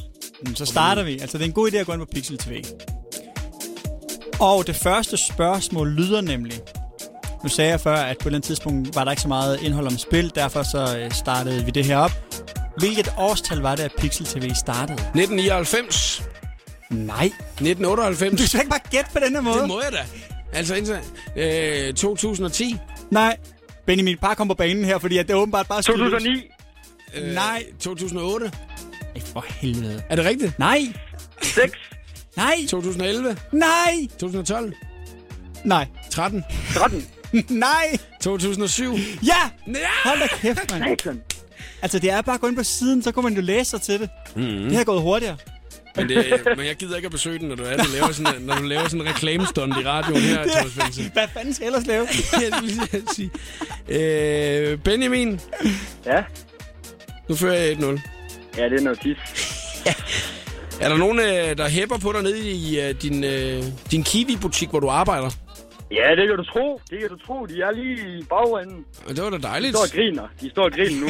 B: Så starter vi. Altså, det er en god idé at gå ind på Pixel TV. Og det første spørgsmål lyder nemlig... Nu sagde jeg før, at på et eller andet tidspunkt var der ikke så meget indhold om spil, derfor så øh, startede vi det her op. Hvilket årstal var det, at Pixel TV startede?
A: 1999.
B: Nej.
A: 1998.
B: Du skal ikke bare gætte på den her måde.
A: Det må jeg da. Altså, indtil, øh, 2010.
B: Nej. Benjamin, bare kom på banen her, fordi at det er åbenbart bare... skyder løs.
L: 2009.
A: Øh,
B: Nej.
A: 2008.
B: Ej, for helvede.
A: Er det rigtigt?
B: Nej.
L: 6.
B: Nej.
A: 2011.
B: Nej.
A: 2012.
B: Nej. (laughs)
A: 13.
L: 13.
B: Nej.
A: 2007.
B: Ja! Hold da kæft, mand.
L: Satan.
B: Altså, det er bare at gå ind på siden, så kunne man jo læse sig til det. Mm-hmm. Det har gået hurtigere.
A: Men, det, men jeg gider ikke at besøge den, når du, er, du laver sådan, når du laver sådan en reklamestunt i radioen her, Thomas Benson.
B: Hvad fanden skal jeg ellers lave?
A: Jeg skulle sige. Øh, Benjamin,
L: Ja.
A: nu fører jeg 1-0.
L: Ja, det er noget tis.
A: Er der nogen, øh, der hæpper på dig nede i øh, din, øh, din Kiwi-butik, hvor du arbejder?
L: Ja, det kan du tro. Det kan du tro. De er lige i bagenden.
A: Og det var da
L: De
A: dejligt.
L: står og griner. De står og griner nu.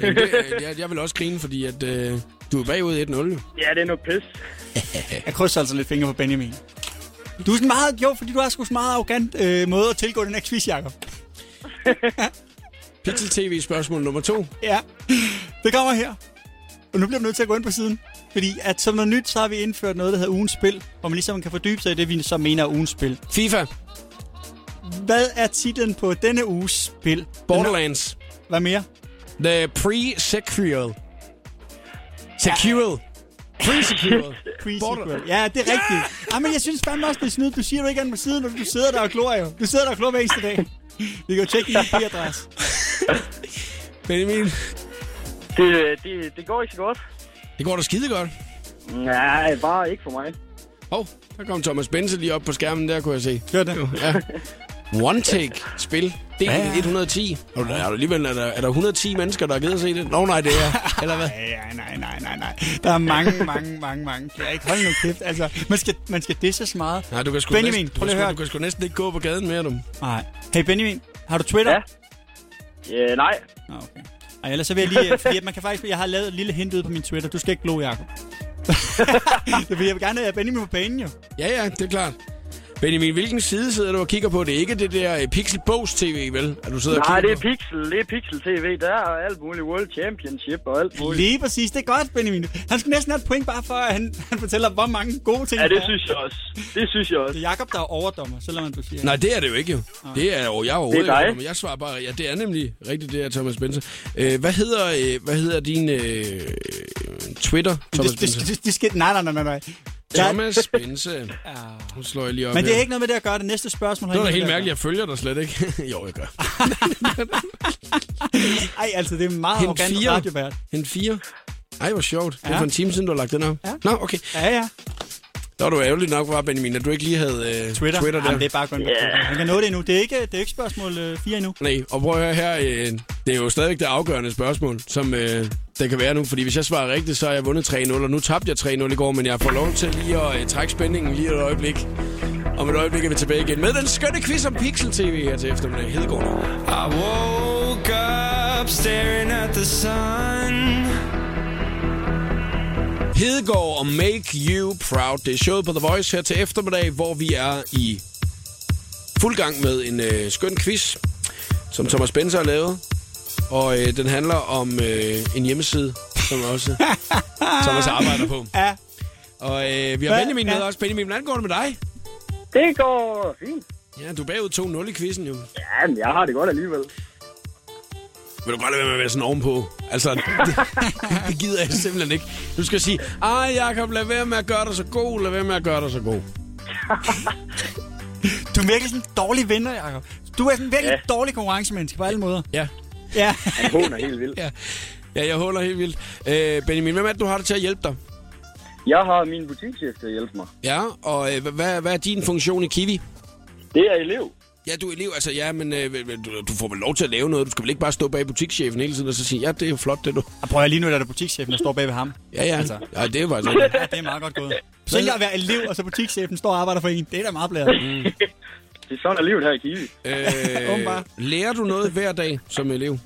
A: Jamen, det, øh, jeg, jeg vil også grine, fordi at, øh, du er bagud 1-0. jo.
L: (laughs) Ja, det er noget pis.
B: Jeg krydser altså lidt fingre på Benjamin. Du er sådan meget, jo, fordi du har sgu sådan meget arrogant øh, måde at tilgå den her quiz, Jacob.
A: Pixel TV spørgsmål nummer to.
B: Ja, det kommer her. Og nu bliver du nødt til at gå ind på siden. Fordi at som noget nyt, så har vi indført noget, der hedder ugens spil. Hvor man ligesom kan fordybe sig i det, vi så mener er ugens spil.
A: FIFA,
B: Hvad er titlen på denne uges spil?
A: Borderlands,
B: Hvad mere?
A: The Pre-Sequel. Sequel. Pre-Sequel.
B: Pre-sequel. Ja, det er rigtigt. Ja! men jeg synes fandme også, det er snydt. Du siger du ikke andet på siden, og du sidder der og glor jo. Du sidder der og glor hver eneste dag. Vi kan jo tjekke din IP-adresse.
A: Benjamin,
L: Det, det, det går ikke så godt.
A: det går da skide godt.
L: Nej, bare ikke for mig.
A: Hov, der kom Thomas Bense lige op på skærmen, der kunne jeg se.
B: Gør det.
A: (laughs) Ja. One Take spil. Det er 110. Og der er alligevel er der, er der 110 mennesker, der har givet at se det. Nå nej, det er (laughs) Eller hvad?
B: Ja, nej, nej, nej, nej. Der er mange, mange, mange, mange. Jeg ikke hold nu kæft. Altså, man skal, man skal disse så meget.
A: Nej, du kan sgu
B: Benjamin,
A: næsten,
B: prøv lige
A: du, kan sgu-
B: at høre.
A: du kan sgu næsten ikke gå på gaden mere, du.
B: Nej. Hey Benjamin, har du Twitter?
L: Ja. Ja, nej.
B: Nå, okay. Ej, ellers så vil jeg lige, øh, fordi at man kan faktisk, jeg har lavet et lille hint ud på min Twitter. Du skal ikke glo, Jacob. (laughs) det vil jeg vil gerne have Benjamin på banen, jo.
A: Ja, ja, det er klart. Benjamin, hvilken side sidder du og kigger på? Det er ikke det der øh, Pixel Bogs TV, vel? At du sidder og
L: Nej,
A: kigger
L: det er
A: på?
L: Pixel. Det er Pixel TV. Der er alt muligt World Championship og alt muligt.
B: Lige præcis, det er godt, Benjamin. Han skal næsten have et point bare for, at han, han fortæller, hvor mange gode ting
L: Ja,
B: der
L: det
B: er.
L: synes jeg også. Det synes jeg også.
B: Det er Jacob, der er overdommer, selvom man du siger.
A: Nej, det er det jo ikke, jo. Det er jo, jeg er jo
L: Det er dig.
A: Men jeg svarer bare, ja, det er nemlig rigtigt, det er Thomas Bense. Øh, hvad hedder, øh, hvad hedder din øh, Twitter, Thomas
B: det,
A: Bense?
B: det, det, det skal, nej, nej, nej, nej, nej. Ja,
A: Thomas Bense. Nu slår jeg lige op
B: men det
A: her.
B: er ikke noget med det at gøre. Det næste spørgsmål har
A: Det var da
B: ikke
A: helt
B: noget med
A: mærkeligt,
B: det
A: jeg følger dig slet ikke. (laughs) jo, jeg gør.
B: at gøre. Ej, altså, det er en meget
A: Hent
B: arrogant
A: fire.
B: radiovært.
A: En 4. Ej, hvor sjovt. Ja. Det er
B: Ja.
A: for en time siden, du har lagt den op.
B: Ja.
A: Nå, okay.
B: Ja, ja.
A: Der var du ærgerlig nok, var Benjamin, at du ikke lige havde øh,
B: Twitter.
A: Twitter. Twitter der.
B: Jamen, det er bare kun yeah. Han kan nå det endnu. Det er ikke, det er ikke spørgsmål 4 endnu.
A: Nej, og prøv at høre her. Øh, det er jo stadigvæk det afgørende spørgsmål, som øh, det kan være nu. Fordi hvis jeg svarer rigtigt, så har jeg vundet 3-0, og nu tabte jeg 3-0 i går. Men jeg får lov til lige at øh, trække spændingen lige et øjeblik. Om et øjeblik er vi tilbage igen med den skønne quiz om Pixel TV her til eftermiddag. Hedegaard.
D: I woke up staring at the sun.
A: Hedegaard og Make You Proud. Det er showet på The Voice her til eftermiddag, hvor vi er i fuld gang med en øh, skøn quiz, som Thomas Benser har lavet. Og øh, den handler om øh, en hjemmeside, som også Thomas arbejder på.
B: Ja,
A: Og øh, vi har
B: Hvad?
A: Benjamin med
B: Ja.
A: også. Benjamin, hvordan går det med dig?
L: Det går fint.
A: Ja, du er bagud 2-0 i quizzen jo.
L: Ja, men jeg har det godt alligevel.
A: Vil du godt lade være med at være sådan ovenpå? Altså, det, (laughs) det gider jeg simpelthen ikke. Du skal sige, ej Jacob, lad være med at gøre dig så god, lad være med at gøre dig så god.
B: du er virkelig sådan en dårlig vinder, Jacob. Du er sådan en virkelig ja. dårlig konkurrencemenneske på alle måder.
A: Ja,
B: Ja. (laughs)
L: Han håner helt vildt.
A: Ja, ja jeg håner helt vildt. Øh, Benjamin, hvem er det, du har det til at hjælpe dig?
L: Jeg har min butikschef til at hjælpe mig.
A: Ja, og øh, hvad, hvad er din funktion i Kiwi?
L: Det er elev.
A: Ja, du er elev, altså ja, men øh, vel, vel, du, du får vel lov til at lave noget. Du skal vel ikke bare stå bag butikschefen hele tiden og så sige, ja, det er jo flot, det du.
B: Og prøv at lige nu, der er butikschefen, der står bag ved ham.
A: Ja, ja,
B: Altså.
A: ja det er jo
B: (laughs)
A: faktisk rigtigt.
B: Ja, det er meget godt gået. Så jeg at være elev, og så butikschefen står og arbejder for en. Det er da meget blæret.
L: Det er sådan er livet her i Kiwi.
A: øh,
B: Åbenbart.
A: Lærer du noget hver dag som elev?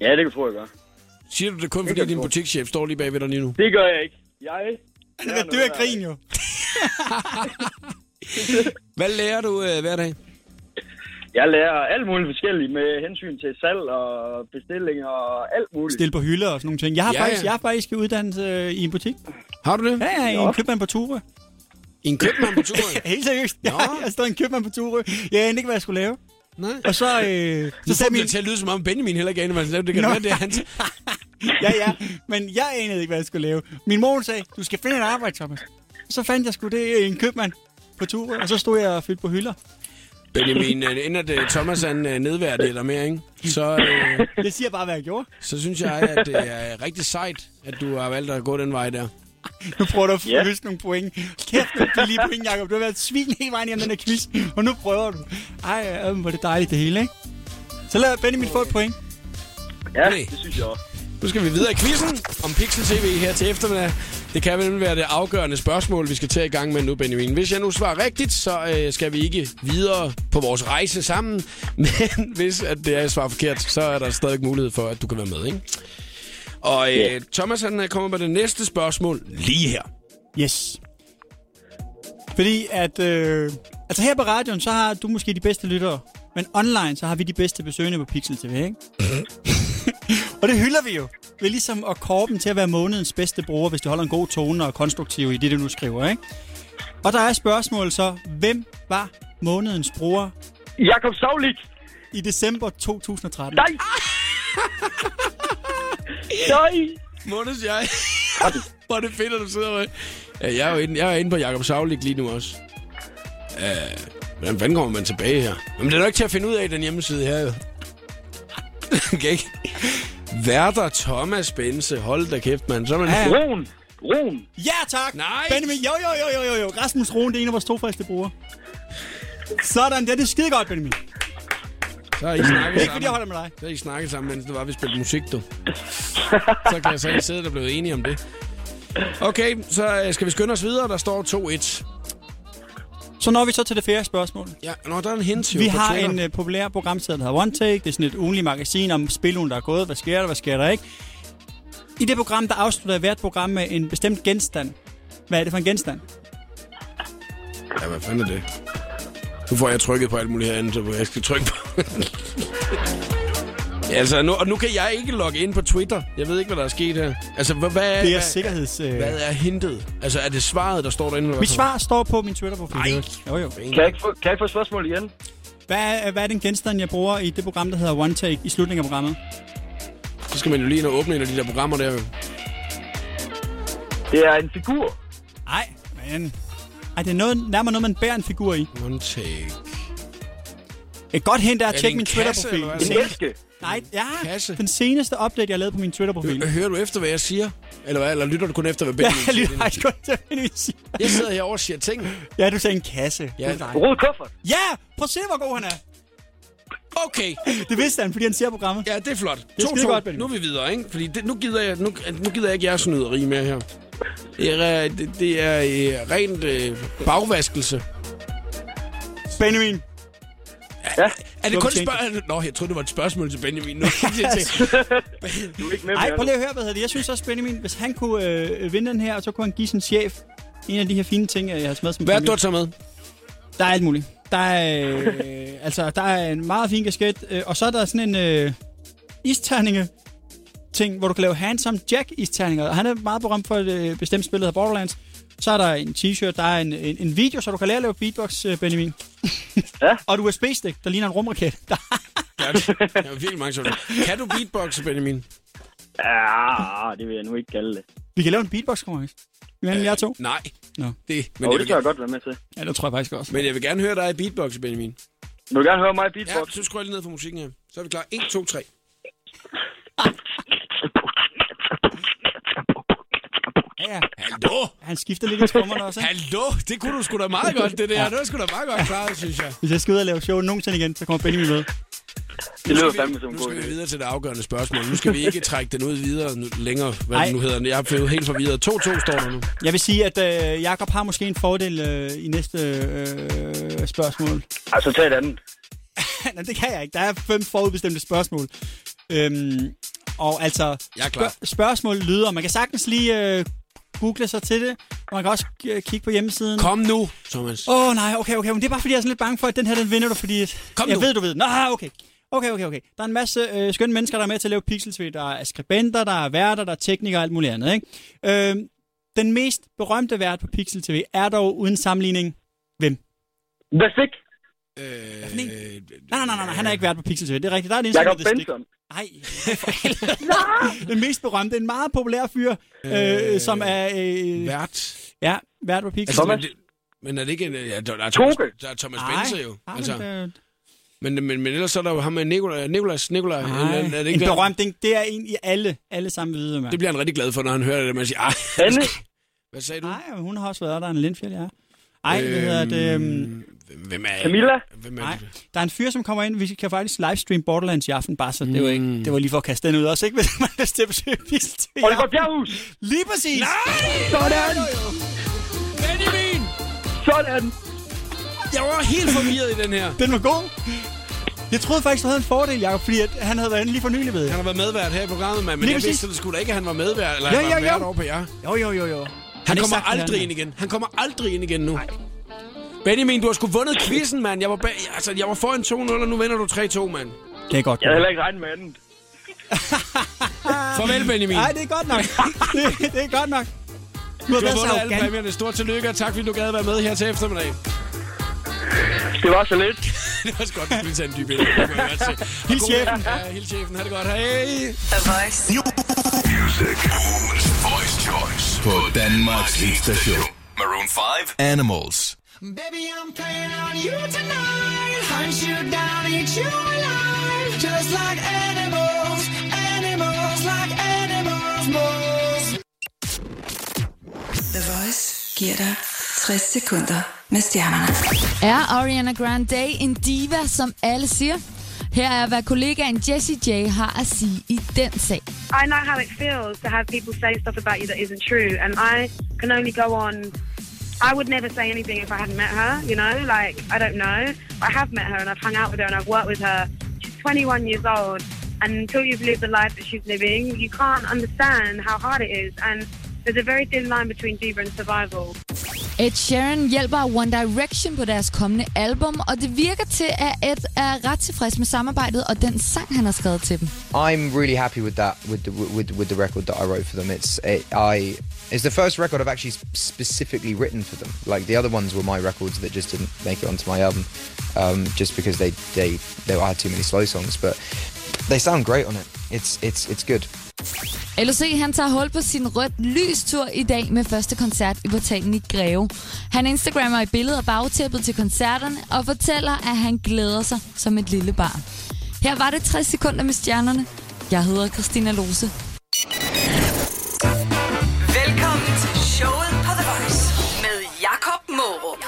L: Ja, det kan tror jeg gøre.
A: Siger du det kun,
L: gør
A: fordi
L: jeg
A: din
L: godt.
A: butikschef står lige bagved dig lige nu?
L: Det gør jeg ikke. Jeg
B: Han er ved at dø af grin, jo.
A: Hvad lærer du øh, hver dag?
L: Jeg lærer alt muligt forskelligt med hensyn til salg og bestillinger og alt muligt.
B: Stille på hylder og sådan nogle ting. Jeg har,
L: Ja,
B: ja, faktisk,
L: ja.
B: jeg har faktisk uddannet øh, i en butik.
A: Har du det?
B: Ja, ja, i
L: Nå.
B: en købmand på Ture.
A: I en købmand på
B: (laughs)
A: Ture?
B: Helt seriøst. Ja, jeg stod i en købmand på Ture. Jeg anede ikke, hvad jeg skulle lave.
A: Nej.
B: Og så,
A: Så
B: øh, så
A: får
B: sagde
A: min...
B: min...
A: det til at lyde som om Benjamin heller ikke aner, hvad han lavede. Det kan
B: Nå.
A: være, det er hans.
B: (laughs) ja, ja, men jeg anede ikke, hvad jeg skulle lave. Min mor hun sagde, du skal finde et arbejde, Thomas. Så fandt jeg sgu det i en købmand på Ture, og så stod jeg og fyldte på hylder.
A: Benjamin, øh, inden at øh, Thomas han øh, nedværdiger dig mere, ikke? Så, øh,
B: Jeg siger bare, hvad jeg gjorde.
A: så synes jeg, at det er øh, rigtig sejt, at du har valgt at gå den vej der.
B: Nu prøver du at yeah. høste nogle point. Kæft, nogle billige point, Jacob. Du har været et svin hele vejen hjem den her quiz, og nu prøver du. Ej, øh, hvor er det dejligt det hele, ikke? Så lad Benjamin få et point.
L: Ja, det synes jeg også.
A: Nu skal vi videre i quizzen om Pixel TV her til eftermiddag. Det kan vel være det afgørende spørgsmål, vi skal tage i gang med nu, Benjamin. Hvis jeg nu svarer rigtigt, så øh, skal vi ikke videre på vores rejse sammen. (laughs) Men hvis at det er, jeg svarer forkert, så er der stadig mulighed for, at du kan være med, ikke? Og øh, Thomas, han øh, kommer med det næste spørgsmål lige her.
B: Yes. Fordi at... Øh, altså her på radioen, så har du måske de bedste lyttere. Men online, så har vi de bedste besøgende på Pixel TV, ikke? (laughs) og det hylder vi jo. Ved ligesom at kåre dem til at være månedens bedste bruger, hvis du holder en god tone og er konstruktiv i det, du nu skriver, ikke? Og der er spørgsmålet så, hvem var månedens bruger?
L: Jakob Savlik!
B: I december 2013.
L: Nej! Nej!
A: Måneds jeg. (laughs) Hvor er det fedt, at du sidder med. Ja, jeg er jo inde, jeg er inde på Jakob Savlik lige nu også. Uh, hvordan fanden kommer man tilbage her? Jamen, det er nok til at finde ud af i den hjemmeside her, jo. (laughs) okay. Værter Thomas Bense. Hold da kæft, mand. Så er man...
B: Ja.
L: Ron! Ron!
B: Ja, tak! Nej! Benjamin, jo, jo, jo, jo, jo, jo. Rasmus Roen, det er en af vores to første brugere. Sådan, det er det skide godt, Benjamin.
A: Så har I snakket
B: Ikke fordi jeg holder med dig.
A: Så har I snakket sammen, mens det var, vi spillede musik, du. så kan jeg så ikke sidde der blevet enige om det. Okay, så øh, skal vi skynde os videre. Der står 2-1.
B: Så når vi så til det fjerde spørgsmål.
A: Ja, når der er en hint jo
B: Vi
A: på
B: har
A: Twitter.
B: en uh, populær programserie, der hedder One Take. Det er sådan et ugenlig magasin om spilugen, der er gået. Hvad sker der, hvad sker der ikke? I det program, der afslutter hvert program med en bestemt genstand. Hvad er det for en genstand?
A: Ja, hvad fanden er det? Nu får jeg trykket på alt muligt herinde, så jeg skal trykke på. (laughs) ja, altså, nu, og nu kan jeg ikke logge ind på Twitter. Jeg ved ikke, hvad der er sket her. Altså, hvad, hvad
B: Det er
A: hvad-
B: sikkerheds... øh,
A: Hvad er hintet? Altså, er det svaret, der står derinde? eller
B: Mit
A: hvad?
B: svar står på min Twitter-profil.
A: Nej.
B: Jo, jo.
L: Kan jeg, ikke få, kan jeg få et spørgsmål igen?
B: Hvad er, hvad er den genstand, jeg bruger i det program, der hedder One Take i slutningen af programmet?
A: Så skal man jo lige ind og åbne en af de der programmer der. jo.
L: Det er en figur.
B: Nej, men... Ej, det er noget, nærmere noget, man bærer en figur i.
A: One take.
B: Et godt hint er at
A: det
B: tjekke
A: en
B: min
A: kasse,
B: Twitter-profil.
A: eller hvad?
B: Den
A: En
B: seneste-
L: æske?
B: Nej, ja.
A: Kasse. Øh,
B: Den seneste update, jeg lavede på min Twitter-profil.
A: Hører du efter, hvad jeg siger? Eller, hvad? eller lytter du kun efter, hvad
B: (laughs) Ja,
A: Benjamin
B: jeg lytter
A: siger?
B: faktisk godt til, hvad du siger.
A: Jeg sidder herovre og siger ting.
B: Ja, du sagde en kasse.
A: Ja.
B: Det er dejligt.
L: Rød kuffert.
B: Ja, prøv at se, hvor god han er.
A: Okay,
B: Det vidste han, fordi han ser programmet.
A: ja, det er flot.
B: er
A: To,
B: skide
A: to.
B: godt, Benjamin.
A: nu er vi videre, ikke? Fordi det, nu, gider jeg, nu, nu gider jeg ikke jeres snyderi mere her. Det er, øh, det, det er øh, rent øh, bagvaskelse.
B: Benjamin.
L: Ja,
A: Er det
B: Hvorfor
A: kun
B: tænkte
A: spørgsmål? Nå, jeg troede, det var et spørgsmål til Benjamin. (laughs) Nu.
L: du er ikke med
B: Ej,
L: mere
B: prøv lige at høre, hvad hedder det. Jeg synes også, Benjamin, hvis han kunne øh, vinde den her, og så kunne han give sin chef en af de her fine ting, øh, jeg har smidt som
A: Hvad er det, du
B: præmie.
A: har taget med?
B: Der er alt muligt. Der er, øh, altså, der er en meget fin kasket, øh, og så er der sådan en øh, isterninge ting, hvor du kan lave handsome jack isterninger. Og Han er meget berømt for et øh, bestemt spil, der hedder Borderlands. Så er der en t-shirt, der er en, en, en video, så du kan lære at lave beatbox, øh, Benjamin.
L: Ja.
B: og et USB-stik, der ligner en rumraket. (laughs) Der,
A: Ja, det- Jeg er virkelig mange sjovt. Kan du beatboxe, Benjamin?
L: Ja, det vil jeg nu ikke kalde det.
B: vi kan lave en beatbox-konkurrence. Mellem øh, jer to.
A: Nej.
B: Nå.
A: Det, men, jeg
L: Men oh, det
A: vil,
L: kan jeg
A: gerne-
L: godt være med til.
B: Ja, det tror jeg faktisk også.
A: men jeg vil gerne høre dig beatboxe, Benjamin.
L: Vil du gerne høre mig
A: Ja,
L: beatbox?
A: så skruer jeg lige ned for musikken her. Så er vi klar. 1, 2, 3.
B: Ja, ja.
A: Hallo?
B: Han skifter lidt i skummerne også, ikke?
A: Hallo? Det kunne du sgu da meget godt, det der. Det var sgu da meget godt klaret, synes jeg.
B: Hvis jeg skal ud og lave show nogensinde igen, så kommer Benjamin med.
L: Det lyder
A: Nu skal vi-
L: fandme som en
A: Nu
L: god
A: skal vi
L: idé.
A: videre til det afgørende spørgsmål. Nu skal vi ikke trække den ud videre nu, længere, hvad
B: Ej.
A: den nu hedder. Jeg er blevet helt forvirret. 2-2 står der nu.
B: Jeg vil sige, at øh, Jakob har måske en fordel øh, i næste øh, spørgsmål. (laughs)
L: Ej, så Altså, tag et andet.
B: Nej, det kan jeg ikke. Der er fem forudbestemte spørgsmål. Øhm, og altså,
A: Jeg er klar.
B: spørgsmål lyder... Man kan sagtens lige øh, google sig til det, og man kan også øh, kigge på hjemmesiden.
A: Kom nu, Thomas.
B: Åh oh, nej, okay, okay, men det er bare fordi, jeg er sådan lidt bange for, at den her, den vinder du, fordi at
A: Kom
B: jeg
A: nu.
B: ved, du ved. den. Nå, okay. Okay, okay, okay. Der er en masse øh, skønne mennesker, der er med til at lave pixel -tv. Der er skribenter, der er værter, der er teknikere og alt muligt andet. Ikke? Øh, den mest berømte vært på Pixel TV er dog uden sammenligning hvem?
L: The Stick.
A: Øh,
B: nej, nej, nej, nej, nej, han er ikke vært på Pixel TV. Det er rigtigt. Der er det
L: Jacob Benson.
B: Nej, Den mest berømte, en meget populær fyr, øh, øh, som er... Øh,
A: vært.
B: Ja, vært på Pixel
A: Altså, men,
B: TV.
A: det, men er det ikke en... øh, Ja, der, der, er Thomas,
B: Toge.
A: der er Thomas
B: Nej,
A: Bense jo.
B: nej,
A: Altså,
B: men det-
A: men, men, men ellers så er der jo ham med Nikolaj, Nikolaj, Nikolaj
B: Nej,
A: er det
B: en
A: ikke der?
B: berømt, det, det er en, i alle, alle sammen ved, hvem er.
A: Det bliver han rigtig glad for, når han hører det, man siger, "Ej, Hvad sagde du?
B: Nej, hun har også været der, en Lindfjell, ja. Ej, øhm, hvad hedder det? øhm,
A: hvem er...
L: Camilla?
A: Hvem er
B: Nej, der er en fyr, som kommer ind. Vi kan faktisk livestream Borderlands i aften, bare så det var ikke. Det var lige for at kaste den ud også, ikke? (laughs) Hvis man har lyst til at besøge Pixel TV. i
L: Oliver
B: aften.
L: Bjerghus.
B: Lige præcis!
L: Sådan.
A: Benjamin!
L: Sådan.
A: Jeg var helt forvirret i den her.
B: Den var god. Jeg troede faktisk, du havde en fordel, Jacob, fordi at han havde været inde lige for nylig ved. jeg.
A: Han har været medvært her i programmet, mand, men
B: Lige
A: jeg
B: præcis.
A: vidste det skulle da ikke, at han var medvært, eller
B: Ja,
A: han var
B: ja, ja.
A: vært over på jer.
B: Jo, jo, jo, jo.
A: Han
B: ikke
A: kommer
B: sagt, hvad
A: aldrig
B: han
A: ind igen. Han kommer aldrig ind igen nu. Benjamin, du har sgu vundet quizzen, mand. Jeg var, bag, altså, jeg var foran 2-0, og nu vinder du 3-2, mand.
B: er. Det er godt.
L: Jeg havde heller ikke regnet med andet.
A: Farvel, Benjamin.
B: Nej, det er godt nok. (laughs) det, det er godt nok. Du har
A: Du har
B: været så
A: vundet alle
B: arrogant.
A: præmierne. Stort tillykke, og tak fordi du gad at være med her til eftermiddag.
L: Det var så lidt.
A: (laughs) det var også godt, at vi tage en dyb ind. Det kunne jeg godt se. Og
B: Hils
A: god-
B: chefen.
A: Ja, hils chefen. Ha' det godt. Hej.
C: The Voice.
M: Music. Ugens Voice Choice. På Danmarks hitstation. Maroon 5. Animals.
E: Baby, I'm playing on you tonight. Hunt you down, eat you alive. Just like animals, animals, like animals, moles.
C: The Voice giver dig 60 sekunder med stjernerne.
I: Er Ariana Grande en diva, som alle siger? Her er, hvad kollegaen Jessie J har at sige i den sag.
N: I know how it feels to have people say stuff about you that isn't true, and I can only go on. I would never say anything if I hadn't met her, you know? Like, I don't know. I have met her, and I've hung out with her, and I've worked with her. She's 21 years old, and until you've lived the life that she's living, you can't understand how hard it is. And there's a very thin line between diva and survival.
I: Ed Sheeran hjælper One Direction på deres kommende album, og det virker til, at Ed er ret tilfreds med samarbejdet og den sang, han har skrevet til dem.
O: I'm really happy with that with the with, with the record that I wrote for them. It's it, I it's the first record I've actually s- specifically written for them. Like the other ones were my records that just didn't make it onto my album, um, just because they they they I had too many slow songs. But they sound great on it. It's it's it's good.
I: LOC han tager hul på sin rødt lystur i dag med første koncert i portalen i Greve. Han instagrammer et billede af bagtæppet til koncerterne og fortæller, at han glæder sig som et lille barn. Her var det 60 sekunder med stjernerne. Jeg hedder Christina Lose.
C: Velkommen til showet på The Voice med Jakob Morup.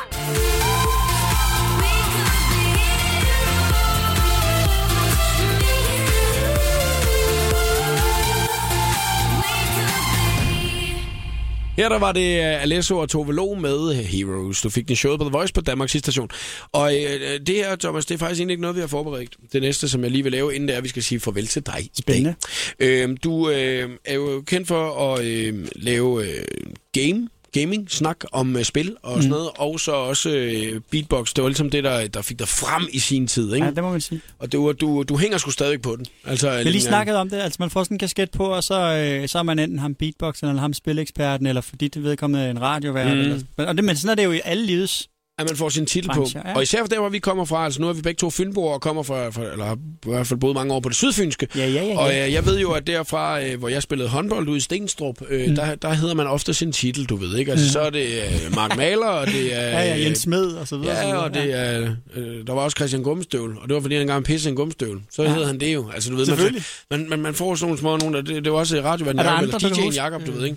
A: Her der var det øh, Alesso og Tove Lo med øh, Heroes. Du fik den showet på The Voice på Danmarks station. Og øh, det her, Thomas, det er faktisk egentlig ikke noget, vi har forberedt. Det næste, som jeg lige vil lave, inden det er, at vi skal sige farvel til dig i dag. Øh, du øh, er jo kendt for at øh, lave øh, game gaming, snak om øh, spil og sådan
B: Mm.
A: noget, og så også øh, beatbox. Det var ligesom det, der, der fik dig frem i sin tid, ikke?
B: Ja, det må man sige.
A: Og det var, du, du hænger sgu stadigvæk på den. Altså,
B: Jeg har lige snakket om det. Altså, man får sådan en kasket på, og så, øh, så er man enten ham beatboxen, eller ham spileksperten, eller fordi det vedkommende en radiovært.
A: Mm.
B: Mm. Eller, men- og det, men sådan er det jo i alle livets
A: at man får sin titel på.
B: brancher, ja.
A: Og især for der, hvor vi kommer fra, altså nu er vi begge to fynboer og kommer fra, fra eller har i hvert fald boet mange år på det sydfynske.
B: Ja, ja, ja.
A: Og
B: ja.
A: øh, jeg ved jo, at derfra, øh, hvor jeg spillede håndbold ude i Stenstrup, øh,
B: Mm.
A: der, der hedder man ofte sin titel, du ved, ikke? Altså,
B: Ja.
A: så er det øh,
B: (laughs)
A: Mark Maler, og det er...
B: Ja, ja,
A: øh,
B: Jens Smed og så videre.
A: Ja, og det er, øh, der var også Christian Gummistøvl, og det var fordi, han engang pissede en gummistøvl. Så
B: Ja.
A: ja. hed han det jo. Altså, du ved, man,
B: Selvfølgelig.
A: man, man, man får sådan nogle små nogen, der, det, det var også radioverden
B: Er der
A: Jacob,
B: andre, der
A: eller DJ'en
B: kan huske,
A: Jacob, du
B: øh,
A: ved, ikke?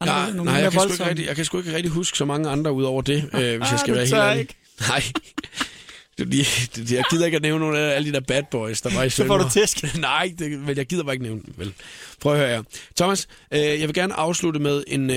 B: andre-
A: Ja,
B: nogle
A: nej,
B: mere
A: jeg kan, sgu ikke
B: voldsomme? Ah,
A: rigtig, jeg kan sgu ikke rigtig huske så mange andre ud over det, øh, hvis jeg skal
B: du
A: være helt
B: tør
A: ærlig.
B: ikke.
A: (laughs) Nej. Det er lige- det- Jeg gider ikke at nævne nogle af alle de der bad boys, der var i
B: Så får du
A: Sønderborg. (laughs) Nej, det, men jeg gider bare ikke nævne dem. Vel. Prøv at høre her. Thomas, øh, jeg vil gerne afslutte med en øh,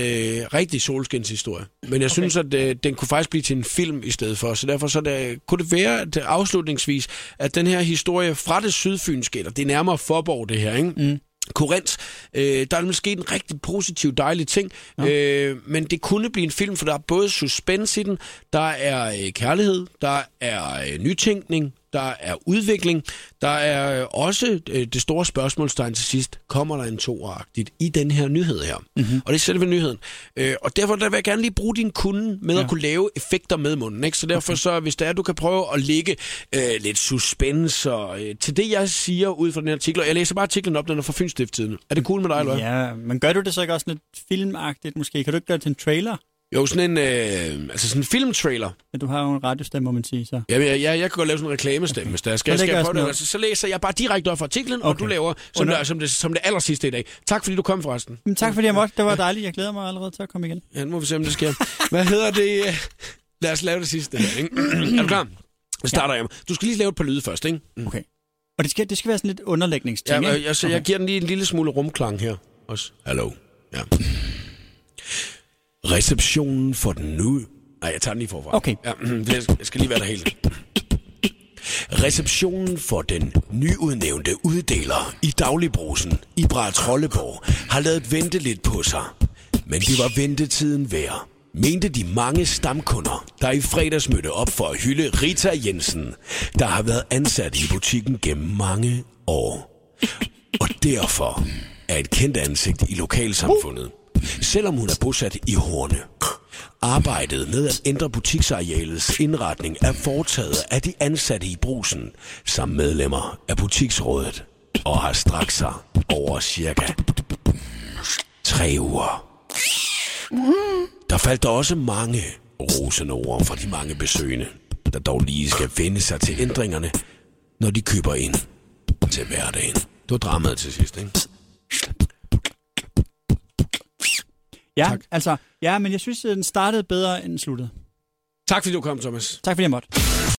A: rigtig solskinshistorie. Men jeg okay. synes, at øh, den kunne faktisk blive til en film i stedet for. Så derfor så der, kunne det være at øh, afslutningsvis, at den her historie fra det sydfynske, eller det er nærmere Forborg det her, ikke? Mm. Korinth, øh, der er nemlig sket en rigtig positiv, dejlig ting, ja. øh, men det kunne blive en film, for der er både suspense i den, der er øh, kærlighed, der er øh, nytænkning, der er udvikling, der er øh, også øh, det store spørgsmålstegn til sidst, kommer der en toeragtigt i den her nyhed her? Mm-hmm. Og det er selve nyheden. Øh, og derfor der vil jeg gerne lige bruge din kunde med ja. at kunne lave effekter med munden. Ikke? Så derfor så, hvis der er, du kan prøve at lægge øh, lidt suspens og, øh, til det, jeg siger ud fra den her artikel. Og jeg læser bare artiklen op, den er fra Fyns Stiftstidende. Er det cool med dig, eller hvad?
B: Ja, men gør du det så ikke også lidt filmagtigt måske? Kan du ikke gøre det til en trailer?
A: Jo, sådan en, øh, altså sådan en filmtrailer.
B: Men du har jo en radiostemme, må man sige så.
A: Jamen, jeg, jeg, jeg kan godt lave sådan en reklamestemme, hvis der skal.
B: Så
A: skal
B: lægger
A: jeg
B: jeg
A: prøve
B: sådan
A: det?
B: noget.
A: Altså, så læser jeg bare direkte op fra artiklen, okay. og
B: Okay.
A: du laver som,
B: Under-
A: der, som, det, som det aller sidste i dag. Tak fordi du kom forresten.
B: Men tak fordi jeg måtte. Det var dejligt. Jeg glæder mig allerede til at komme igen.
A: Ja, nu må vi se, om det
B: (laughs)
A: sker. Hvad hedder det? øh? Lad os lave det sidste her, ikke? (clears throat) er du klar? Vi starter ja. Du skal lige lave et par lyde først, ikke? Mm.
B: Okay. Og det skal, det skal være sådan lidt underlægningsting,
A: Ja, øh,
B: ikke?
A: jeg, jeg, så jeg giver den lige en lille smule rumklang her også. Hallo. Ja. Receptionen for den nu... Nej, jeg tager den lige forfra.
B: Okay.
A: Ja, (clears throat) jeg skal- jeg skal lige være der helt. Receptionen for den nyudnævnte uddeler i dagligbrusen i Trolleborg har lavet vente lidt på sig. Men det var ventetiden værd, mente de mange stamkunder, der i fredags mødte op for at hylde Rita Jensen, der har været ansat i butikken gennem mange år. Og derfor er et kendt ansigt i lokalsamfundet, selvom hun er bosat i Horne. Arbejdet med at ændre butiksarealets indretning er foretaget af de ansatte i brusen, samt medlemmer af butiksrådet, og har strakt sig over cirka tre uger. Der faldt der også mange rosende ord fra de mange besøgende, der dog lige skal vende sig til ændringerne, når de køber ind til hverdagen. Det var dramaet til sidst, ikke?
B: Ja, tak. altså, ja, men jeg synes, at den startede øh, bedre, end den sluttede.
A: Tak fordi du kom, Thomas.
B: Tak fordi jeg måtte.